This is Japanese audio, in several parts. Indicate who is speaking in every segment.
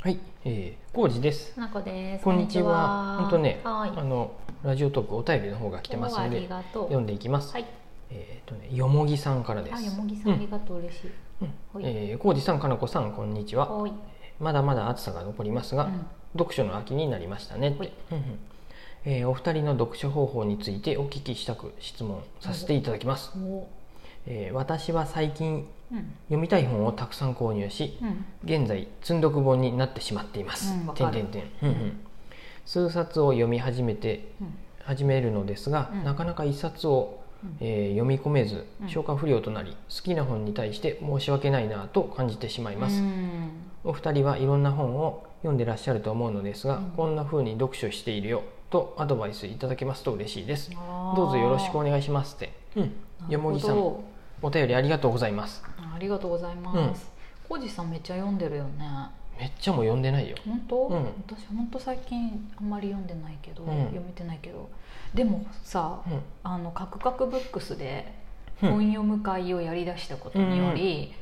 Speaker 1: はい、えー、浩二です。
Speaker 2: なこです。
Speaker 1: こんにちは。本当ね、
Speaker 2: はい。
Speaker 1: あのラジオトークお便りの方が来てますの
Speaker 2: 今日は
Speaker 1: で
Speaker 2: ありがとう。
Speaker 1: 読んでいきます。
Speaker 2: はい。
Speaker 1: えっ、とね、よもぎさんからです。
Speaker 2: あ、よもぎさん、
Speaker 1: う
Speaker 2: ありがとう、嬉しい。
Speaker 1: う
Speaker 2: ほ
Speaker 1: ん
Speaker 2: い
Speaker 1: えー、浩二さん、かなこさん、こんにちは。
Speaker 2: おい。
Speaker 1: まだまだ暑さが残りますが、
Speaker 2: うん
Speaker 1: 読書の秋になりましたねって
Speaker 2: はい
Speaker 1: うんうんえーお二人の読書方法についてお聞きしたく質問させていただきます、
Speaker 2: お。
Speaker 1: えー私は最近
Speaker 2: うん。
Speaker 1: 読みたい本をたくさん購入し
Speaker 2: うん。
Speaker 1: 現在積んどく本になってしまっています、
Speaker 2: うんわ
Speaker 1: て
Speaker 2: か
Speaker 1: ん
Speaker 2: る
Speaker 1: てんてんうんうん数冊を読み始めて
Speaker 2: うん。
Speaker 1: 始めるのですが、
Speaker 2: うん
Speaker 1: なかなか一冊を、
Speaker 2: うん
Speaker 1: えー読み込めず
Speaker 2: うん
Speaker 1: 消化不良となり、好きな本に対して申し訳ないなぁと感じてしまいます、
Speaker 2: うん
Speaker 1: お二人はいろんな本を読んでらっしゃると思うのですが、
Speaker 2: うん
Speaker 1: こんな風に読書しているよとアドバイスいただけますと嬉しいです
Speaker 2: あー
Speaker 1: どうぞよろしくお願いしますって、うん、よもぎさ
Speaker 2: なる
Speaker 1: ん
Speaker 2: ほ
Speaker 1: お便りありがとうございます
Speaker 2: どありがとうございます。こうじさん、めっちゃ読んでるよね。
Speaker 1: めっちゃもう読んでないよ
Speaker 2: 本当、
Speaker 1: うん
Speaker 2: 私本当最近あんまり読んでないけど、
Speaker 1: うん
Speaker 2: 読めてないけどでもさ、
Speaker 1: うん
Speaker 2: あのカクカクブックスで
Speaker 1: うん
Speaker 2: 本読む会をやりだしたことにより、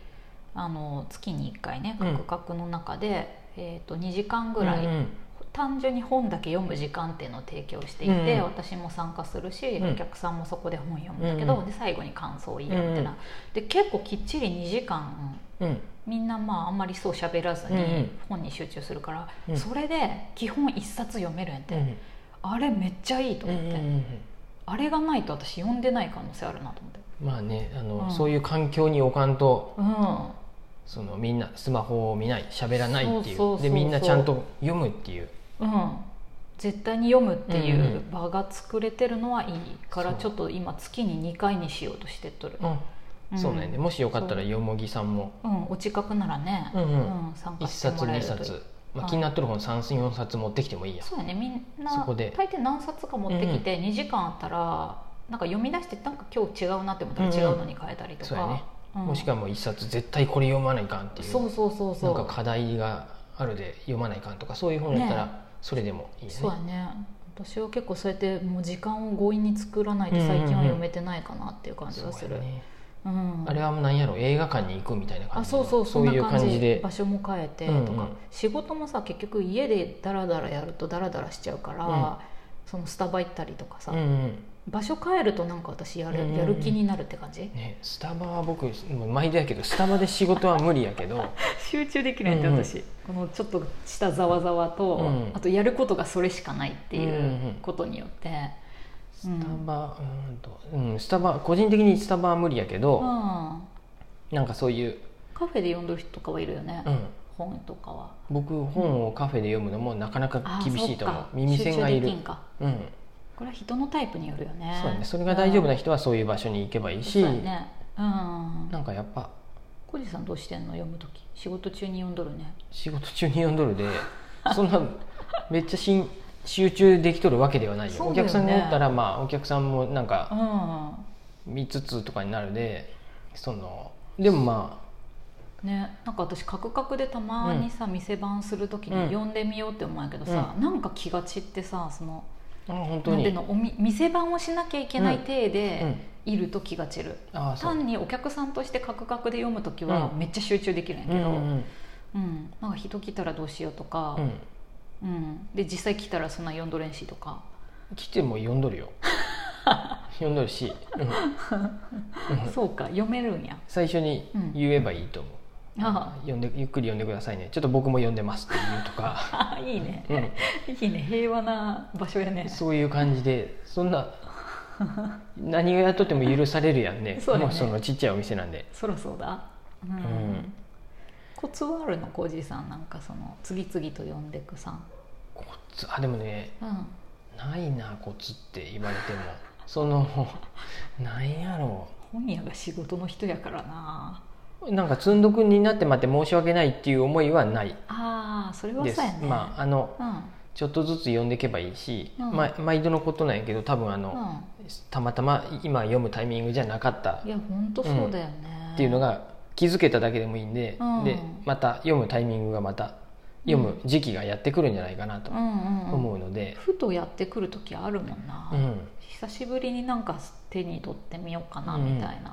Speaker 2: あの月に1回ね
Speaker 1: う
Speaker 2: カ
Speaker 1: ん
Speaker 2: クカクの中で、えー、と2時間ぐらい、
Speaker 1: うんうん
Speaker 2: 単純に本だけ読む時間っていうのを提供していて、
Speaker 1: うん
Speaker 2: 私も参加するし、
Speaker 1: うん
Speaker 2: お客さんもそこで本読むんだけど、
Speaker 1: うん
Speaker 2: で最後に感想を言い合うみたいな、で結構きっちり2時間
Speaker 1: うん
Speaker 2: みんなまああんまりそう喋らず
Speaker 1: うんう
Speaker 2: に
Speaker 1: ん
Speaker 2: 本に集中するから、
Speaker 1: うん
Speaker 2: それで基本一冊読めるんやって、
Speaker 1: うん
Speaker 2: あれめっちゃいいと
Speaker 1: うんう
Speaker 2: 思
Speaker 1: ん
Speaker 2: って、
Speaker 1: うん
Speaker 2: あれがないと私読んでない可能性あるなと思って
Speaker 1: まあねあの、
Speaker 2: うん
Speaker 1: そういう環境に置かんと
Speaker 2: うん
Speaker 1: そのみんなスマホを見ない喋らないっていう
Speaker 2: そうそうそうそう
Speaker 1: でみんなちゃんと読むっていう
Speaker 2: うん絶対に読むってい
Speaker 1: んう
Speaker 2: ううん場が作れてるのはいいから
Speaker 1: そう
Speaker 2: ちょっと今月に2回にしようとしてっとる、
Speaker 1: うん、そうなんやねもしよかったらよもぎさんも
Speaker 2: うん、お近くならね、
Speaker 1: うんうん
Speaker 2: 参加
Speaker 1: 1
Speaker 2: して
Speaker 1: 冊
Speaker 2: もら
Speaker 1: 2
Speaker 2: えるといい
Speaker 1: 冊、まあ、
Speaker 2: はい
Speaker 1: 気になってる本3冊4冊持ってきてもいいや
Speaker 2: そうだねみんな
Speaker 1: そこで
Speaker 2: 大抵何冊か持ってきて2時間あったらなんか読み出してなんか今日違うなって思ったら違うのに変えたりと
Speaker 1: そうやね
Speaker 2: か、うん
Speaker 1: もしくはもう1冊絶対これ読まないかんっていう
Speaker 2: そうそうそうそう
Speaker 1: なんか課題があるで読まないかんとかそういう本やった
Speaker 2: ね
Speaker 1: らそれでもいいよね
Speaker 2: そうやね私は結構そうやってもう時間を強引に作らないと最近は読めてないかなっていう感じがす
Speaker 1: そう
Speaker 2: る
Speaker 1: やね
Speaker 2: うん
Speaker 1: あれはなんやろ映画館に行くみたいな感
Speaker 2: あ
Speaker 1: じ
Speaker 2: そうそうそ
Speaker 1: そ
Speaker 2: ん
Speaker 1: う
Speaker 2: な
Speaker 1: いう
Speaker 2: 感
Speaker 1: 感
Speaker 2: じ
Speaker 1: じで
Speaker 2: 場所も変えてとか、
Speaker 1: うんうん
Speaker 2: 仕事もさ結局家でダラダラやるとダラダラしちゃうから、
Speaker 1: うん
Speaker 2: そのスタバ行ったりとかさ、
Speaker 1: うんうん
Speaker 2: 場所変えるとなんか私や
Speaker 1: うん
Speaker 2: る,、
Speaker 1: うんうん
Speaker 2: やる気になるって 感じ
Speaker 1: ねスタバは僕もう毎度やけどスタバで仕事は無理やけど
Speaker 2: 集中できないって
Speaker 1: うんうん
Speaker 2: 私、このちょっとしたざわざわと、
Speaker 1: うん
Speaker 2: あとやることがそれしかないって
Speaker 1: ん
Speaker 2: い
Speaker 1: う
Speaker 2: うんうことによって、う
Speaker 1: ス
Speaker 2: ん
Speaker 1: タバうんと、うん、スタバ個人的にスタバは無理やけど、
Speaker 2: うん
Speaker 1: なんかそういう、
Speaker 2: カフェで読んでる人とかはいるよね、
Speaker 1: うん、
Speaker 2: 本とかは
Speaker 1: 僕本をカフェで読むのもなかなか
Speaker 2: あ
Speaker 1: 厳しいと思
Speaker 2: そ
Speaker 1: う
Speaker 2: っか
Speaker 1: 耳栓がい
Speaker 2: 集中
Speaker 1: る
Speaker 2: できんか
Speaker 1: うん
Speaker 2: これは人のタイプによるよね
Speaker 1: そうやねそれが大丈夫
Speaker 2: だ
Speaker 1: な人はそういう場所に行けばいい
Speaker 2: そ
Speaker 1: し、
Speaker 2: うやねうん
Speaker 1: なんかやっぱ
Speaker 2: 小路さんどうしてんの読む時仕事中に読んどるね
Speaker 1: 仕事中に読んどるで そんなめっちゃしん集中できとるわけではないよ
Speaker 2: そう
Speaker 1: お
Speaker 2: だよ
Speaker 1: 客さ
Speaker 2: ね
Speaker 1: んにおったらまあお客さんもなん
Speaker 2: う
Speaker 1: か
Speaker 2: んうん
Speaker 1: 5つとかになるでそのでもまあ
Speaker 2: ね、なんか私カクカクでたまにさ、店番する時
Speaker 1: うん
Speaker 2: に読んでみようって思うんやけどさ、なんか気が散ってさその
Speaker 1: あ本当
Speaker 2: なん
Speaker 1: に
Speaker 2: ていうのおみ店番をしなきゃいけない体
Speaker 1: うんう
Speaker 2: で
Speaker 1: ん
Speaker 2: いると気が散る、
Speaker 1: ああそう
Speaker 2: 単にお客さんとしてカクカクで読む時は
Speaker 1: うん
Speaker 2: めっちゃ集中できるんやけ
Speaker 1: うん
Speaker 2: ど、
Speaker 1: う
Speaker 2: うん
Speaker 1: ん
Speaker 2: なんか人来たらどうしようとか
Speaker 1: う、ん
Speaker 2: うんで実際来たらそんな読んどれんしとか
Speaker 1: 来ても読んど るよ読んどるし、うんうん
Speaker 2: そうか読めるんや
Speaker 1: 最初に言えばいいと思う、
Speaker 2: ああ
Speaker 1: 読んでゆっくり読んでくださいねちょっと僕も読んでますって言うとか、
Speaker 2: あいいね
Speaker 1: うん、
Speaker 2: いいね平和な場所やね
Speaker 1: そういう感じでそんな何がやっとっても許されるやんね
Speaker 2: そうだね
Speaker 1: もうそのちっちゃいお店なんで
Speaker 2: そろそうだうん、
Speaker 1: ん
Speaker 2: コツはあるのコージーさんなんかその次々と呼んでくさん
Speaker 1: コツあでもね
Speaker 2: うん
Speaker 1: ないなコツって言われてもそのなんやろ
Speaker 2: 本屋が仕事の人やからな
Speaker 1: うなんか積んどくになってまって申し訳ないっていう思いはない
Speaker 2: ああそれは
Speaker 1: です
Speaker 2: そうやね
Speaker 1: まああの
Speaker 2: あ
Speaker 1: ちょっとずつ読んでいけばいいし、
Speaker 2: うん
Speaker 1: ま毎度のことなんやけど多分あ
Speaker 2: うん、
Speaker 1: の、
Speaker 2: うん
Speaker 1: たまたま今読むタイミングじゃなかった
Speaker 2: いや本当そうだよね、
Speaker 1: っていうのが気づけただけでもいいんで、
Speaker 2: うん
Speaker 1: でまた読むタイミングがまた読む時期がやってくるんじゃないかなと
Speaker 2: うんうん、うん、
Speaker 1: 思うので、
Speaker 2: ふとやってくる時あるもんな、
Speaker 1: うん
Speaker 2: 久しぶりになんか手に取ってみようかなみたいな、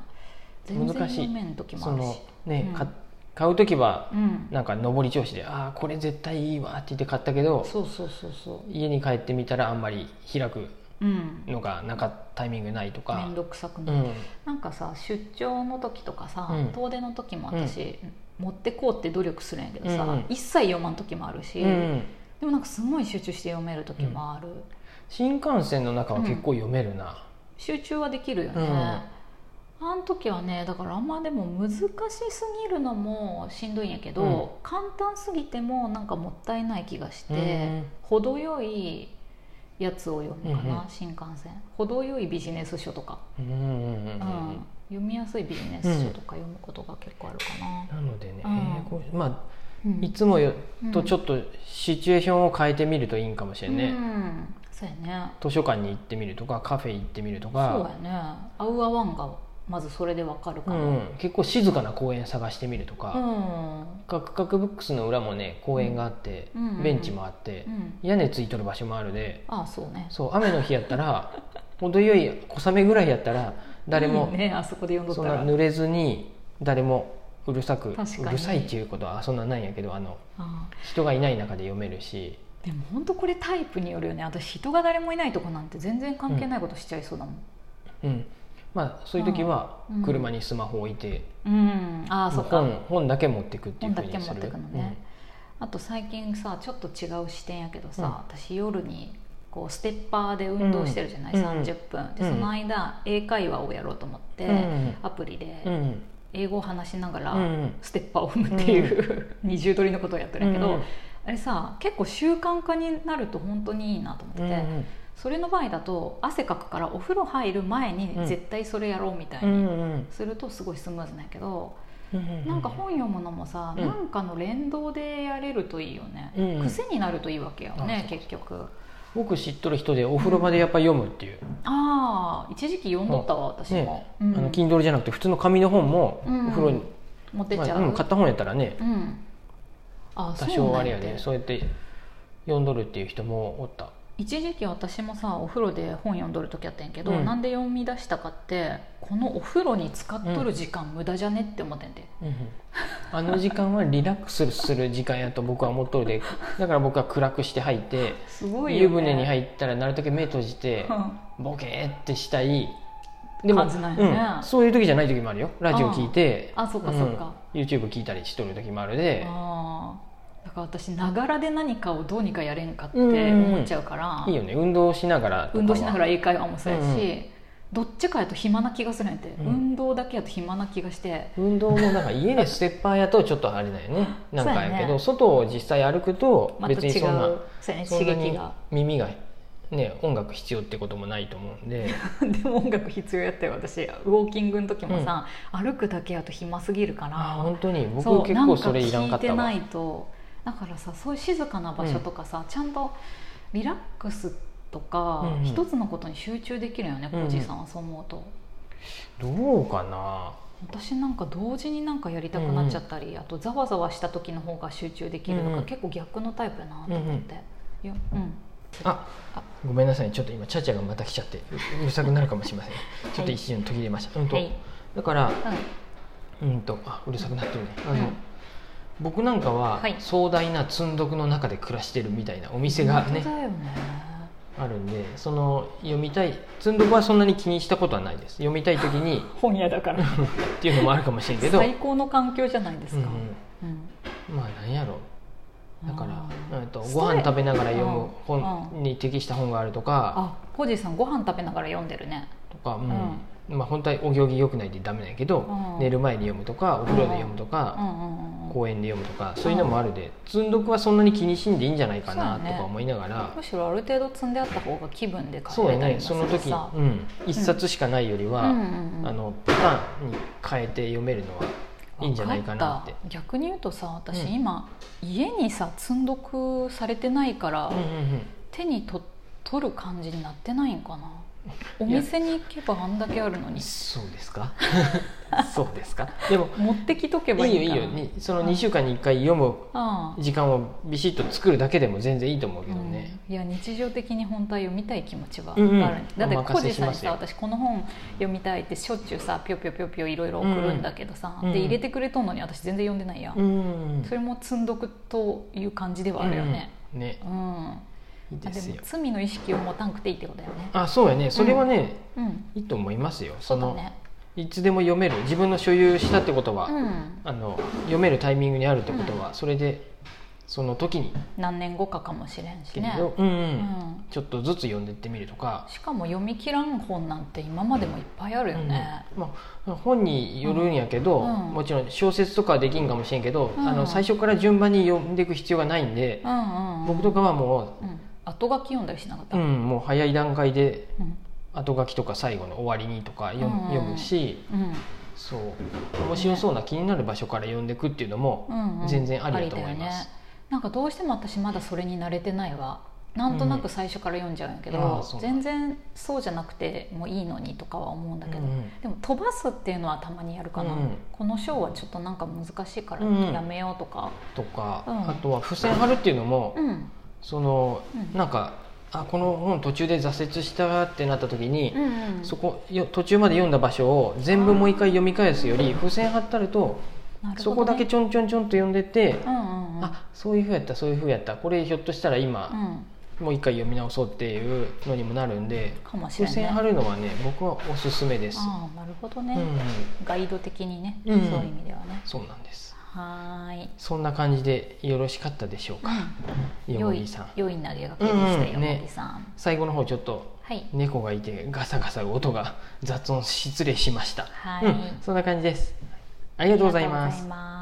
Speaker 1: うん
Speaker 2: 全然
Speaker 1: 難しい
Speaker 2: 読めん時も
Speaker 1: そ
Speaker 2: あるし
Speaker 1: のね、
Speaker 2: うん
Speaker 1: か買う時は
Speaker 2: うん
Speaker 1: なんか上り調子で「ああこれ絶対いいわ」って言って買ったけど
Speaker 2: そうそうそうそ
Speaker 1: 家に帰ってみたらあんまり開く
Speaker 2: ううん
Speaker 1: のがなんかタイミングないとか
Speaker 2: 面倒くさく
Speaker 1: う
Speaker 2: なる、
Speaker 1: ん
Speaker 2: なんかさ出張の時とかさ、
Speaker 1: うん
Speaker 2: 遠出の時も私、持ってこうって努力するんやけどさ、
Speaker 1: うんうん
Speaker 2: 一切読まん時もあるし、
Speaker 1: うん
Speaker 2: でもなんかすごい集中して読める時もある、
Speaker 1: 新幹線の中は結構読めるな、
Speaker 2: 集中はできるよね、
Speaker 1: うん
Speaker 2: あの時はねだからあんまでも難しすぎるのもしんどいんやけど、
Speaker 1: うん
Speaker 2: 簡単すぎてもなんかもったいない気がして、
Speaker 1: うん
Speaker 2: 程よいやつを読むかな、
Speaker 1: うんう
Speaker 2: 新幹線程よいビジネス書とか、
Speaker 1: うんうんうんうん
Speaker 2: うん読みやすいビジネス書とか読むことが結構あるかな、
Speaker 1: なのでね、
Speaker 2: うん
Speaker 1: えーこうまあ
Speaker 2: うん
Speaker 1: いつもよ
Speaker 2: うん
Speaker 1: とちょっとシチュエーションを変えてみるといいんかもしれんね、
Speaker 2: うん、そうやね
Speaker 1: 図書館に行ってみるとかカフェ行ってみると
Speaker 2: そう
Speaker 1: か
Speaker 2: やね合う合わんがまずそれでわかるか
Speaker 1: う
Speaker 2: ら、
Speaker 1: んうん、結構静かな公園探してみるとか、
Speaker 2: うん
Speaker 1: カクカクブックスの裏もね公園があって、
Speaker 2: うんうんうん
Speaker 1: ベンチもあって
Speaker 2: う、ん、
Speaker 1: 屋根ついとる場所もあるで
Speaker 2: ああそうね
Speaker 1: そう雨の日やったら程よい小雨ぐらいやったら誰も
Speaker 2: いいねあそこで読んど
Speaker 1: そ
Speaker 2: っ
Speaker 1: ん
Speaker 2: た
Speaker 1: な
Speaker 2: ら
Speaker 1: 濡れずに誰もうるさくう
Speaker 2: 確かに
Speaker 1: るさいっていうことはそんなないんやけどあの
Speaker 2: ああ
Speaker 1: 人がいない中で読めるし
Speaker 2: でも本当これタイプによるよね私人が誰もいないとこなんて全然関係ないことしちゃいそうだもん
Speaker 1: うんまあそういう時は
Speaker 2: うんうん
Speaker 1: 車にスマホ置いて、
Speaker 2: うん、ああそっか、
Speaker 1: 本本だけ持ってくっていうふう
Speaker 2: 本
Speaker 1: に
Speaker 2: だけ
Speaker 1: す
Speaker 2: 持っ
Speaker 1: る
Speaker 2: てくのねあと最近さちょっと違う視点やけどさ、私夜にこうステッパーで運動してるじゃない、
Speaker 1: うん
Speaker 2: 30分で
Speaker 1: うん
Speaker 2: その間英会話をやろうと思って、
Speaker 1: うん
Speaker 2: アプリ
Speaker 1: う
Speaker 2: で
Speaker 1: んうん
Speaker 2: 英語を話しながら、
Speaker 1: うん
Speaker 2: ステッパーを踏むっていう、 二重取りのことをやってるんやけど、
Speaker 1: うん
Speaker 2: あれさ結構習慣化になると本当にいいなと思って
Speaker 1: うんう
Speaker 2: て、
Speaker 1: ん
Speaker 2: それの場合だと汗かくからお風呂入る前に
Speaker 1: うん
Speaker 2: 絶対それやろうみたいうに
Speaker 1: んうん
Speaker 2: するとすごいスムーズなんやけど、
Speaker 1: うん
Speaker 2: なんか本読むのもさ、
Speaker 1: うん
Speaker 2: なんかの連動でやれるといいよね、
Speaker 1: うんうん
Speaker 2: 癖になるといいわけよね
Speaker 1: あ
Speaker 2: 結局
Speaker 1: 僕知っとる人でお風呂場でやっぱ読むっていう、
Speaker 2: ああ一時期読んどったわ私も
Speaker 1: ね、
Speaker 2: うん
Speaker 1: あの Kindle じゃなくて普通の紙の本も
Speaker 2: うん
Speaker 1: お風呂に、
Speaker 2: 持ってっ
Speaker 1: ま
Speaker 2: ちゃ
Speaker 1: あ
Speaker 2: う、
Speaker 1: うん、買った本やったらね
Speaker 2: うんあ
Speaker 1: 多少あれや
Speaker 2: そうなん
Speaker 1: ね
Speaker 2: や
Speaker 1: そうやって読んどるっていう人もおった
Speaker 2: 一時期私もさお風呂で本読んどる時あったんやけど、
Speaker 1: うん
Speaker 2: なんで読み出したかってこのお風呂に使っとる時間無駄じゃねって思ってんで、
Speaker 1: うんうんあの時間はリラックスする時間やと僕は思っとるでだから僕は暗くして入って
Speaker 2: すごいよ、ね、
Speaker 1: 湯船に入ったらなるだけ目閉じて
Speaker 2: うん
Speaker 1: ボケーってしたい
Speaker 2: 感じなんやね
Speaker 1: うん、そういう時じゃない時もあるよラジオ聞いて
Speaker 2: ああそっかそっか、
Speaker 1: うん YouTube 聞いたりしとる時もあるで
Speaker 2: あーだから私ながらで何かをどうにかやれんかって思っちゃうから、
Speaker 1: いいよね運動しながらとかは
Speaker 2: 運動しながら英会話もそうやし、
Speaker 1: うんう
Speaker 2: どっちかやと暇な気がするんやて、
Speaker 1: ん
Speaker 2: 運動だけやと暇な気がして
Speaker 1: 運動もなんか家でステッパーやとちょっとあれだよ ねなんかや
Speaker 2: そう
Speaker 1: け
Speaker 2: や
Speaker 1: ど
Speaker 2: ね
Speaker 1: 外を実際歩くと
Speaker 2: また
Speaker 1: 別に
Speaker 2: 違う
Speaker 1: そんな
Speaker 2: そうやね
Speaker 1: そん
Speaker 2: 刺
Speaker 1: な
Speaker 2: 激
Speaker 1: に
Speaker 2: が
Speaker 1: 耳がね音楽必要ってこともないと思うんで
Speaker 2: でも音楽必要やったよ私ウォーキングの時もさ、歩くだけやと暇すぎるか
Speaker 1: ああ
Speaker 2: ら
Speaker 1: 本当に僕
Speaker 2: そう
Speaker 1: 結構それいらんかっ
Speaker 2: なんか聞
Speaker 1: た
Speaker 2: いて
Speaker 1: わ
Speaker 2: ないとだからさそういう静かな場所とかさ、ちゃんとリラックスとか、
Speaker 1: うんうん
Speaker 2: 一つのことに集中できるよね
Speaker 1: うんうん
Speaker 2: おじさんはそう思うと、
Speaker 1: どうかな
Speaker 2: 私なんか同時になんかやりたくなっちゃったり、あとざわざわした時の方が集中できる
Speaker 1: う
Speaker 2: の
Speaker 1: ん
Speaker 2: が、
Speaker 1: うん
Speaker 2: 結構逆のタイプやなと思って、いやうん
Speaker 1: あごめんなさいちょっと今チャチャがまた来ちゃってううるさくなるかもしれませんちょっと一瞬途切れました、うんと
Speaker 2: はい
Speaker 1: だから
Speaker 2: うん
Speaker 1: うんとあうるさくなってるねあの、
Speaker 2: うん
Speaker 1: 僕なんかは
Speaker 2: はい
Speaker 1: 壮大な積んどくの中で暮らしてるみたいなお店が
Speaker 2: 本
Speaker 1: ね
Speaker 2: 当だよね
Speaker 1: あるんでその読みたい積んどくはそんなに気にしたことはないです読みたい時に
Speaker 2: 本屋だから
Speaker 1: っていうのもあるかもしれんけど
Speaker 2: 最高の環境じゃないですか、うん
Speaker 1: うん、まあなんやろうだか
Speaker 2: あ
Speaker 1: ら、えっと、
Speaker 2: スト
Speaker 1: ご
Speaker 2: レ
Speaker 1: 飯食べながら読
Speaker 2: うん
Speaker 1: む本に適した本があるとか
Speaker 2: あポジさんご飯食べながら読んでるね
Speaker 1: とか、うんまあ、本当はお行儀良くないとダメなんやけど
Speaker 2: うん
Speaker 1: 寝る前に読むとかお風呂で読むと
Speaker 2: うん
Speaker 1: か
Speaker 2: うんうんうん
Speaker 1: 公園で読むとかそういうのもあるで積んどくはそんなに気にしんでいいんじゃないかな
Speaker 2: そう
Speaker 1: と
Speaker 2: やね
Speaker 1: か思いながら
Speaker 2: むしろある程度積んであった方が気分で
Speaker 1: そ
Speaker 2: 変
Speaker 1: う
Speaker 2: え
Speaker 1: や
Speaker 2: たり
Speaker 1: ね
Speaker 2: も
Speaker 1: その
Speaker 2: する
Speaker 1: 時、う
Speaker 2: さ
Speaker 1: ん、一冊しかないよりは、
Speaker 2: うんうんうん
Speaker 1: あのパターンに変えて読めるのはいいんじゃないかなって
Speaker 2: わ。かった逆に言うとさ私
Speaker 1: うん
Speaker 2: 今、家にさ積んどくされてないから、
Speaker 1: うんうんうん
Speaker 2: 手にと取る感じになってないんかなお店に行けばあんだけある のに
Speaker 1: そうですか そうですかでも
Speaker 2: 持ってきとけば
Speaker 1: い
Speaker 2: い
Speaker 1: いよい
Speaker 2: い
Speaker 1: い
Speaker 2: か
Speaker 1: よ
Speaker 2: ら
Speaker 1: にその2週間に1回読む
Speaker 2: ああ
Speaker 1: 時間をビシッと作るだけでも全然いいと思うけど
Speaker 2: うん
Speaker 1: ね、
Speaker 2: いや日常的に本当は読みたい気持ちはあ
Speaker 1: う
Speaker 2: る、
Speaker 1: んうん
Speaker 2: だって
Speaker 1: お
Speaker 2: コ
Speaker 1: 任
Speaker 2: ジ
Speaker 1: せし
Speaker 2: さん
Speaker 1: ま
Speaker 2: に
Speaker 1: す
Speaker 2: さ
Speaker 1: よ
Speaker 2: 私この本読みたいってしょっちゅうさぴょぴょぴょぴょいろいろ送るんだけどさ、
Speaker 1: うんうん
Speaker 2: で入れてくれとんのに私全然読んでないやん、
Speaker 1: うん、
Speaker 2: それも積んどくという感じではあるよね
Speaker 1: うんね
Speaker 2: うん、
Speaker 1: いい
Speaker 2: あ
Speaker 1: で
Speaker 2: ですも
Speaker 1: よ
Speaker 2: 罪の意識を持たんくていいってことだよね
Speaker 1: あそうやねそれはね、
Speaker 2: うん
Speaker 1: いいと思いますよそ
Speaker 2: そうだ
Speaker 1: の
Speaker 2: ね
Speaker 1: いつでも読める自分の所有したってことは、
Speaker 2: うん
Speaker 1: あの読めるタイミングにあるってことは、それでその時に
Speaker 2: 何年後かかもしれんし
Speaker 1: け
Speaker 2: ね、
Speaker 1: ど、うんうん
Speaker 2: うん、
Speaker 1: ちょっとずつ読んでってみるとか、
Speaker 2: しかも読み切らん本なんて今までもいっぱいあるよね、
Speaker 1: うんまあ、本によるんやけど、
Speaker 2: うん
Speaker 1: もちろん小説とかはできんかもしれんけど、
Speaker 2: うん
Speaker 1: あの最初から順番に読んでいく必要がないんで
Speaker 2: う、ん、うんうん
Speaker 1: 僕とかはも
Speaker 2: うん、後書き読んだりしなかっ
Speaker 1: う、
Speaker 2: た、
Speaker 1: う
Speaker 2: うん
Speaker 1: ん、もう早い段階で
Speaker 2: うん
Speaker 1: 後書きとか最後の終わりにとか読,、
Speaker 2: うん
Speaker 1: 読むしそう面白そうな気になる場所から読んでいくっていうのも、
Speaker 2: うんうん
Speaker 1: 全然ありだと思います
Speaker 2: ありだよねなんかどうしても私まだそれに慣れてないわなんとなく最初から読んじゃうんやけ
Speaker 1: うんああ
Speaker 2: ど、
Speaker 1: そうなん
Speaker 2: 全然そうじゃなくてもいいのにとかは思うんだけど、
Speaker 1: うんうん
Speaker 2: でも飛ばすっていうのはたまにやるかな、
Speaker 1: うんうん
Speaker 2: この章はちょっとなんか難しいから
Speaker 1: うんうん
Speaker 2: やめようとか
Speaker 1: とか、
Speaker 2: うん
Speaker 1: あとは付箋貼るっていうのも、
Speaker 2: うん、
Speaker 1: その
Speaker 2: うん
Speaker 1: なんかあこの本途中で挫折したってなった時に
Speaker 2: う、んうん
Speaker 1: そこよ途中まで読んだ場所を全部もう一回読み返すより付箋貼ったると
Speaker 2: なる
Speaker 1: そ
Speaker 2: ほどね
Speaker 1: こだけちょんちょんちょんと読んでって、
Speaker 2: うんうんうん
Speaker 1: あそういうふうやったそういうふうやったこれひょっとしたら
Speaker 2: う
Speaker 1: 今、
Speaker 2: ん
Speaker 1: もう一回読み直そうっていうのにもなるんで
Speaker 2: かもし
Speaker 1: 付
Speaker 2: れない
Speaker 1: 箋貼るのはね僕はおすすめです。
Speaker 2: ああなるほどね、
Speaker 1: うん、
Speaker 2: ガイド的にね、
Speaker 1: うん
Speaker 2: そういう意味ではね
Speaker 1: そうなんです
Speaker 2: はーい
Speaker 1: そんな感じでよろしかったでしょうか、よ
Speaker 2: 良
Speaker 1: も
Speaker 2: い
Speaker 1: ぎさん
Speaker 2: 良い投げかけでした
Speaker 1: うんう
Speaker 2: よ、
Speaker 1: んね
Speaker 2: もぎさん
Speaker 1: 最後の方ちょっと
Speaker 2: はい
Speaker 1: 猫がいてガサガサ音が雑音失礼しました、
Speaker 2: はい
Speaker 1: うん、そんな感じですありがとうございます
Speaker 2: ありがとうございます